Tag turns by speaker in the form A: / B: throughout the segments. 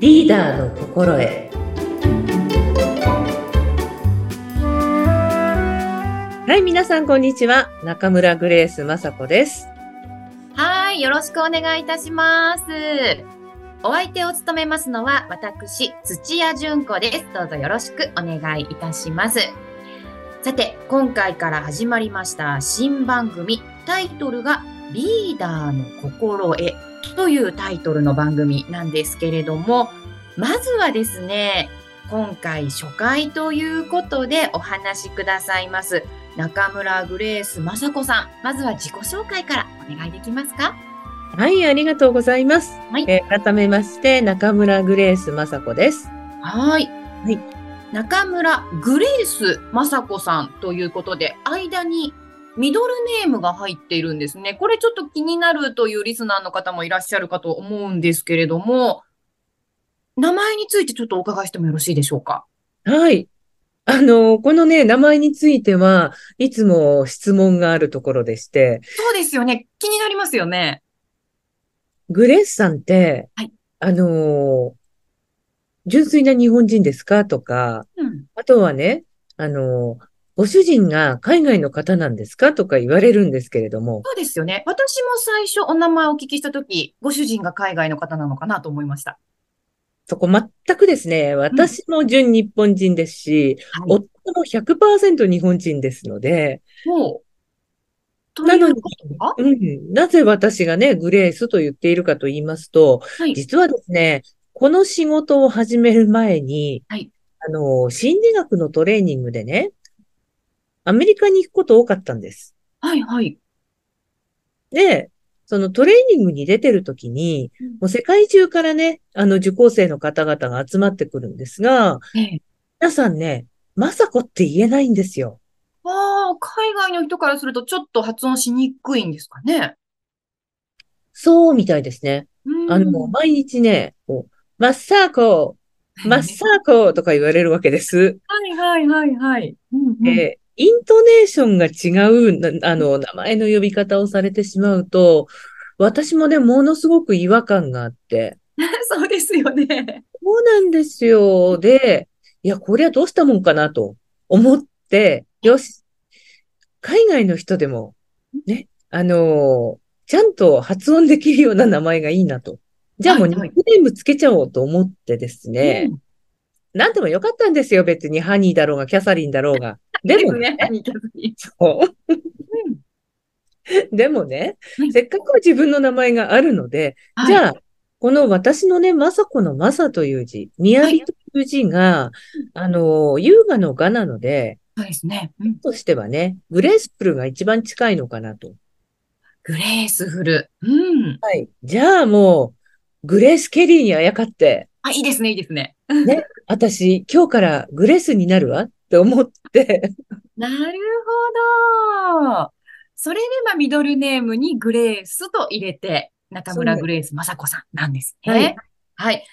A: リーダーの心へはい皆さんこんにちは中村グレース雅子です
B: はい、よろしくお願いいたします。お相手を務めますのは、私、土屋純子です。どうぞよろしくお願いいたします。さて、今回から始まりました新番組、タイトルが、リーダーの心得というタイトルの番組なんですけれども、まずはですね、今回初回ということでお話しくださいます。中村グレース雅子さん、まずは自己紹介からお願いできますか
A: はいありがとうございます、
B: はい
A: えー改めまして中村グレース雅子です
B: はーい。
A: はい
B: 中村グレース雅子さんということで、間にミドルネームが入っているんですね。これちょっと気になるというリスナーの方もいらっしゃるかと思うんですけれども、名前についてちょっとお伺いしてもよろしいでしょうか。
A: はいあのこのね名前についてはいつも質問があるところでして
B: そうですよね。気になりますよね。
A: グレースさんって、
B: はい
A: あの純粋な日本人ですかとか、
B: うん。
A: あとはね、あの、ご主人が海外の方なんですかとか言われるんですけれども、
B: そうですよね。私も最初お名前お聞きしたとき、ご主人が海外の方なのかなと思いました。
A: そこ全くですね、私も純日本人ですし、
B: はい
A: 夫も100%日本人ですので、
B: ほう。と
A: なの
B: いう
A: に
B: ことは、
A: うん、なぜ私がね、グレースと言っているかと言いますと、
B: はい。
A: 実はですね、この仕事を始める前に、
B: はい
A: あの、心理学のトレーニングでね、アメリカに行くこと多かったんです。
B: はい、はい。
A: で、そのトレーニングに出てるときに
B: うん、
A: もう世界中からね、あの受講生の方々が集まってくるんですが、
B: ええ
A: 皆さんね、まさこって言えないんですよ。
B: ああ、海外の人からするとちょっと発音しにくいんですかね。
A: そうみたいですね。
B: うん
A: あの、毎日ね、こうまさこ、まさことか言われるわけです。
B: はいはいはいはい。うんうん
A: えーイントネーションが違うな、あの、名前の呼び方をされてしまうと、私もね、ものすごく違和感があって。
B: そうですよね。
A: そうなんですよ。で、いや、こりゃどうしたもんかなと思って、よし、海外の人でも、ね、あのーちゃんと発音できるような名前がいいなと。じゃあもう
B: はい
A: ニッ
B: はい
A: クネームつけちゃおうと思ってですね。
B: うん
A: なんでもよかったんですよ、別に。ハニーだろうが、キャサリンだろうが。で
B: です
A: も
B: ね
A: ね、。
B: 似た時
A: そう
B: う ん
A: でもね
B: は、い
A: せっかく自分の名前があるので、
B: はい
A: じゃあ、この私のね、雅子の雅という字、雅
B: はい
A: という字が、あの、優雅の雅なので、
B: そうですね。うん
A: としてはね、グレースフルが一番近いのかなと。
B: グレースフル。うん。
A: はい。じゃあもう、グレース・ケリーにあやかって、
B: あ、いいですね、いいですね。
A: 私、今日からグレースになるわって思って、
B: なるほど。それで、まあ、ミドルネームにグレースと入れて、中村
A: そう
B: グレース雅子さんなんです
A: はい
B: ね。はい。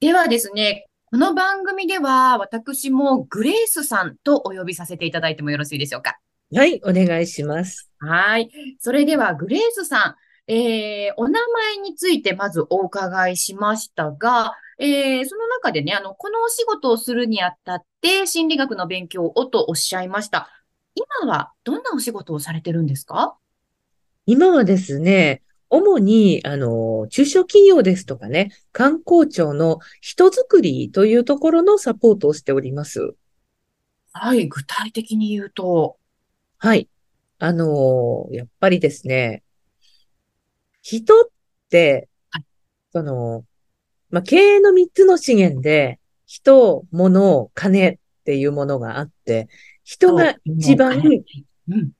B: ではですね、この番組では、私もグレースさんとお呼びさせていただいてもよろしいでしょうか。
A: はい、お願いします。
B: はい。それでは、グレースさん、えー、お名前についてまずお伺いしましたが、えー、その中でね、あの、このお仕事をするにあたって、心理学の勉強をとおっしゃいました。今はどんなお仕事をされてるんですか
A: 今はですね、主に、あの、中小企業ですとかね、観光庁の人づくりというところのサポートをしております。
B: はい、具体的に言うと。
A: はい。あの、やっぱりですね、人って
B: はい、
A: その、まあ、経営の3つの資源で、人、物、金っていうものがあって、人が一番、
B: うん、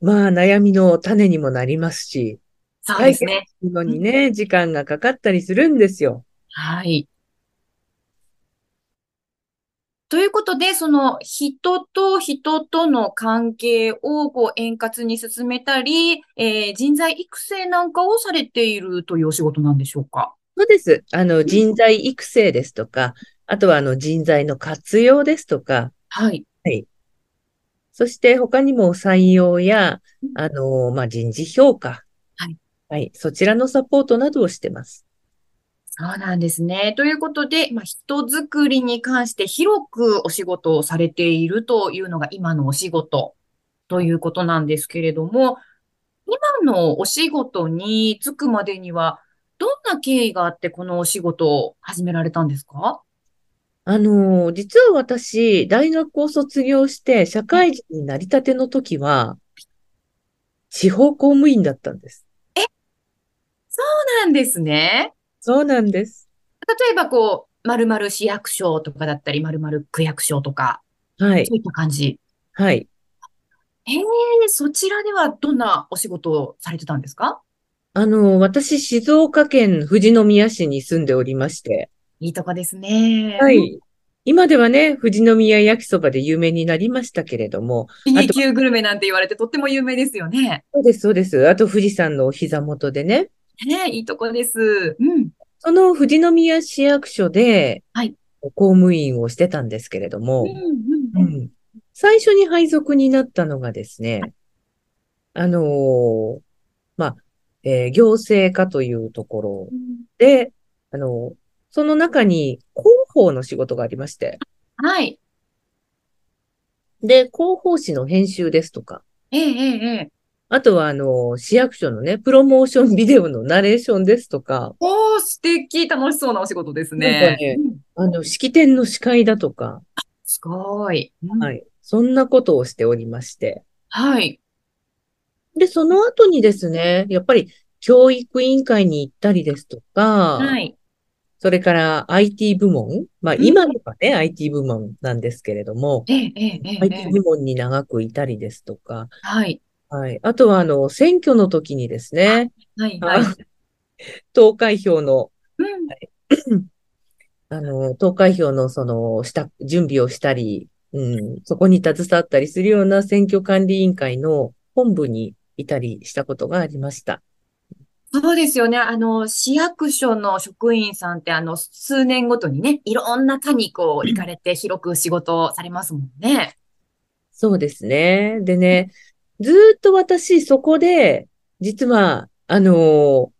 A: まあ、悩みの種にもなりますし、
B: そうですね。
A: いうのにね、時間がかかったりするんですよ。
B: はい。ということで、その人と人との関係をこう円滑に進めたり、えー人材育成なんかをされているというお仕事なんでしょうか。
A: そうです。あの、人材育成ですとか、あとはあの人材の活用ですとか、
B: はい。
A: そして他にも採用や
B: う、ん
A: あの、まあ、人事評価。
B: はい。
A: はい。そちらのサポートなどをしてます。
B: そうなんですね。ということで、まあ、人づくりに関して広くお仕事をされているというのが今のお仕事ということなんですけれども、今のお仕事に就くまでには、どんな経緯があってこのお仕事を始められたんですか
A: あのー、実は私、大学を卒業して社会人になりたての時は、地方公務員だったんです。
B: そうなんですね。
A: そうなんです。
B: 例えばこう、まるまる市役所とかだったり、まるまる区役所とか、
A: はい
B: そ。ういった感じ。
A: はい。
B: ええそちらではどんなお仕事をされてたんですか
A: あのー、私、静岡県富士宮市に住んでおりまして、
B: いいとこですね。
A: は。い。今ではね、富士宮焼きそばで有名になりましたけれども、
B: B 級グルメなんて言われてとっても有名ですよね。
A: そうです、そうです。あと富士山のお膝元でね、
B: ねえ、いいとこです。うん。
A: その富士宮市役所で、
B: はい
A: 公務員をしてたんですけれども、
B: うん
A: う。ん最初に配属になったのがですね、あのーまあ、えー行政課というところで、あのーその中に広報の仕事がありまして、
B: はい。
A: で、広報誌の編集ですとか、
B: ええええええ。
A: あとは、あのー市役所のね、プロモーションビデオのナレーションですとか、
B: おー、素敵、楽しそうなお仕事です
A: なん
B: ね
A: か。ね
B: うん
A: あの、式典の司会だとか、
B: すごい。うん
A: はい。そんなことをしておりまして。
B: はい。
A: で、その後にですね、やっぱり教育委員会に行ったりですとか、
B: はい。
A: それから IT 部門、まあ
B: うん
A: 今ではね、IT 部門なんですけれども、
B: えええええええ
A: IT 部門に長くいたりですとか、
B: えはい。
A: はい。あとは、あの、選挙の時にですね、
B: はい。はい。
A: 投開票の、
B: うん。
A: あの、投開票のその、した、準備をしたり、うん、そこに携わったりするような選挙管理委員会の本部にいたりしたことがありました。
B: そうですよね。あの、市役所の職員さんって、あの、数年ごとにね、いろんな他にこう、行かれて広く仕事をされますもんね。
A: そうですね。でね、ずーっと私、そこで、実は、あのー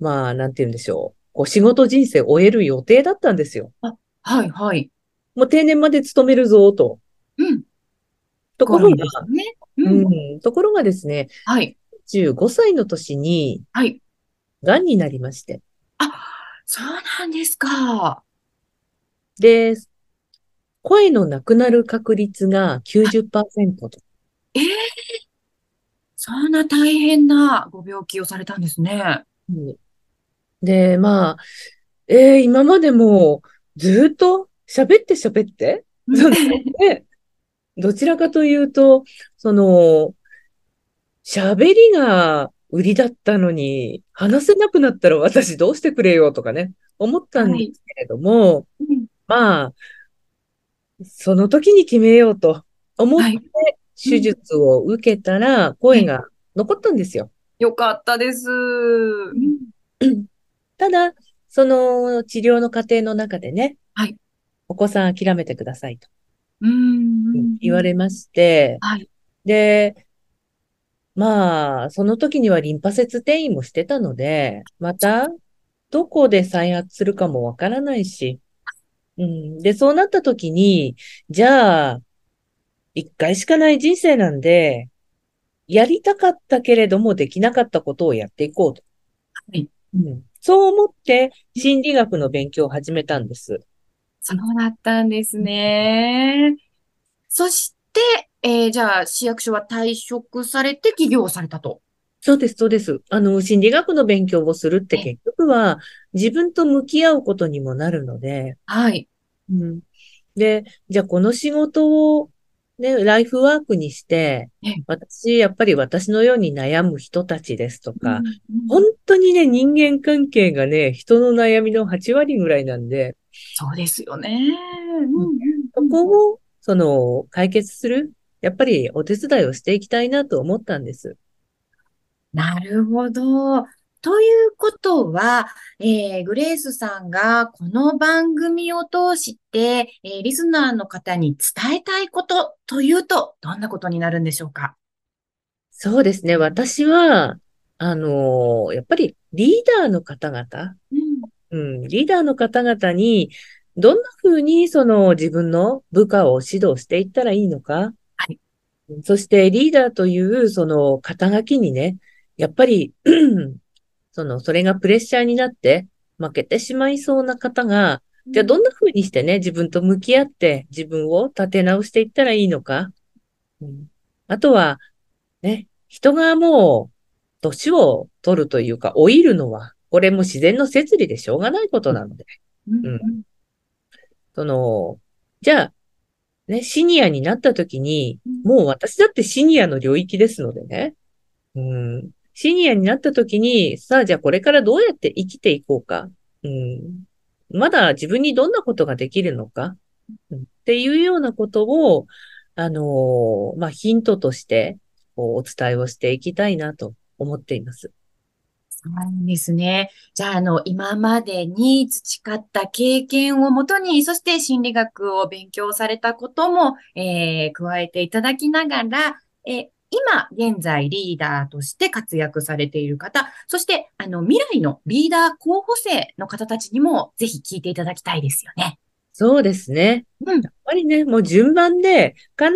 A: まあ、なんて言うんでしょう。こう、仕事人生を終える予定だったんですよ。
B: はい、はい。
A: もう定年まで勤めるぞ、と。
B: うん。
A: ところが、
B: ね。
A: う
B: うん。
A: ん、ところがですね、
B: はい。
A: 15歳の年に、
B: はい。
A: 癌になりまして。
B: そうなんですか。
A: で、声のなくなる確率が90%と。
B: ええそんな大変なご病気をされたんですね。
A: うんで、まあ、えー今までもうずーっと喋って喋って、 そうですでどちらかというと、その、喋りが売りだったのに、話せなくなったら私どうしてくれよとかね、思ったんですけれども、
B: うん
A: まあ、その時に決めようと思っ
B: は
A: て
B: い。
A: 手術を受けたら声が残ったんですよ。
B: よかったです。うん
A: ただ、その治療の過程の中でね、
B: はい
A: お子さん諦めてくださいと
B: うん。
A: 言われまして、
B: はい。
A: で、まあ、その時にはリンパ節転移もしてたので、また、どこで再発するかもわからないし、うん、で、そうなった時に、じゃあ、一回しかない人生なんで、やりたかったけれどもできなかったことをやっていこうと。
B: はい
A: うん、そう思って心理学の勉強を始めたんです。
B: そうだったんですね。そして、えーじゃあ、市役所は退職されて起業をされたと。
A: そうです、そうです。あの、心理学の勉強をするって結局は自分と向き合うことにもなるので、
B: はい。
A: うん、で、じゃあこの仕事をね、ライフワークにして
B: ええ、
A: 私、やっぱり私のように悩む人たちですとか、
B: うん
A: 本当にね、人間関係がね、人の悩みの8割ぐらいなんで、
B: そうですよね。うん
A: そこを、その、解決する、やっぱりお手伝いをしていきたいなと思ったんです。
B: なるほど。ということは、えーグレースさんがこの番組を通して、えーリスナーの方に伝えたいことというと、どんなことになるんでしょうか
A: そうですね。私は、あのーやっぱりリーダーの方々、
B: うん
A: ううん、リーダーの方々に、どんな風にその自分の部下を指導していったらいいのか。
B: はい
A: そしてリーダーというその肩書きにね、やっぱり、 その、それがプレッシャーになって負けてしまいそうな方が、じゃあどんな風にしてね、自分と向き合って自分を立て直していったらいいのか。うん、あとは、ね、人がもう、年を取るというか、老いるのは、これも自然の摂理でしょうがないことなので、
B: うん
A: うんその、じゃあ、ね、シニアになった時に、もう私だってシニアの領域ですのでね。うん。シニアになった時に、さあじゃあこれからどうやって生きていこうか。うん。まだ自分にどんなことができるのか。うんっていうようなことを、あのーまあ、ヒントとして、こうお伝えをしていきたいなと思っています。
B: そうなんですね。じゃあ、あの、今までに培った経験をもとに、そして心理学を勉強されたことも、えー加えていただきながら、えー今、現在リーダーとして活躍されている方、そして、あの、未来のリーダー候補生の方たちにも、ぜひ聞いていただきたいですよね。
A: そうですね。
B: うん
A: やっぱりね、もう順番で、必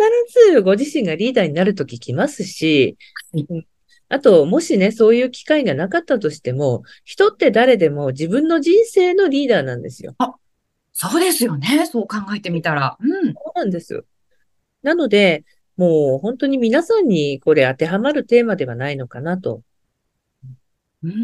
A: ずご自身がリーダーになるとき来ますし、
B: はい
A: うんあと、もしね、そういう機会がなかったとしても、人って誰でも自分の人生のリーダーなんですよ。
B: そうですよね。そう考えてみたら。うん。
A: そうなんですよ。なので、もう本当に皆さんにこれ当てはまるテーマではないのかな と。
B: うーん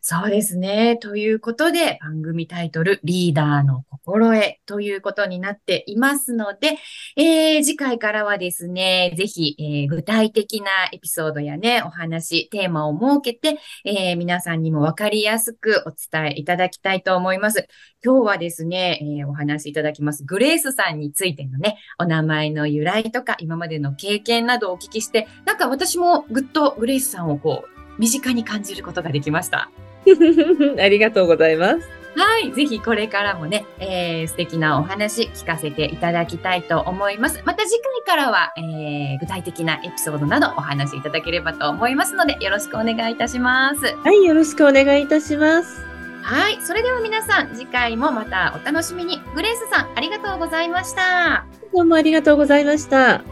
B: そうですね。ということで、番組タイトル、リーダーの心得ということになっていますので、えー次回からはですね、ぜひ、えー具体的なエピソードやね、お話、テーマを設けて、えー皆さんにもわかりやすくお伝えいただきたいと思います。今日はですね、えーお話しいただきます、グレースさんについてのね、お名前の由来とか、今までの経験などをお聞きして、なんか私もぐっとグレースさんをこう、身近に感じることができました。
A: ありがとうございます。
B: はい。ぜひこれからもね、えー素敵なお話聞かせていただきたいと思います。また次回からは、えー具体的なエピソードなどお話しいただければと思いますので、よろしくお願いいたします。
A: はい、よろしくお願いいたします。
B: はい。それでは皆さん、次回もまたお楽しみに。グレースさん、ありがとうございました。
A: どうもありがとうございました。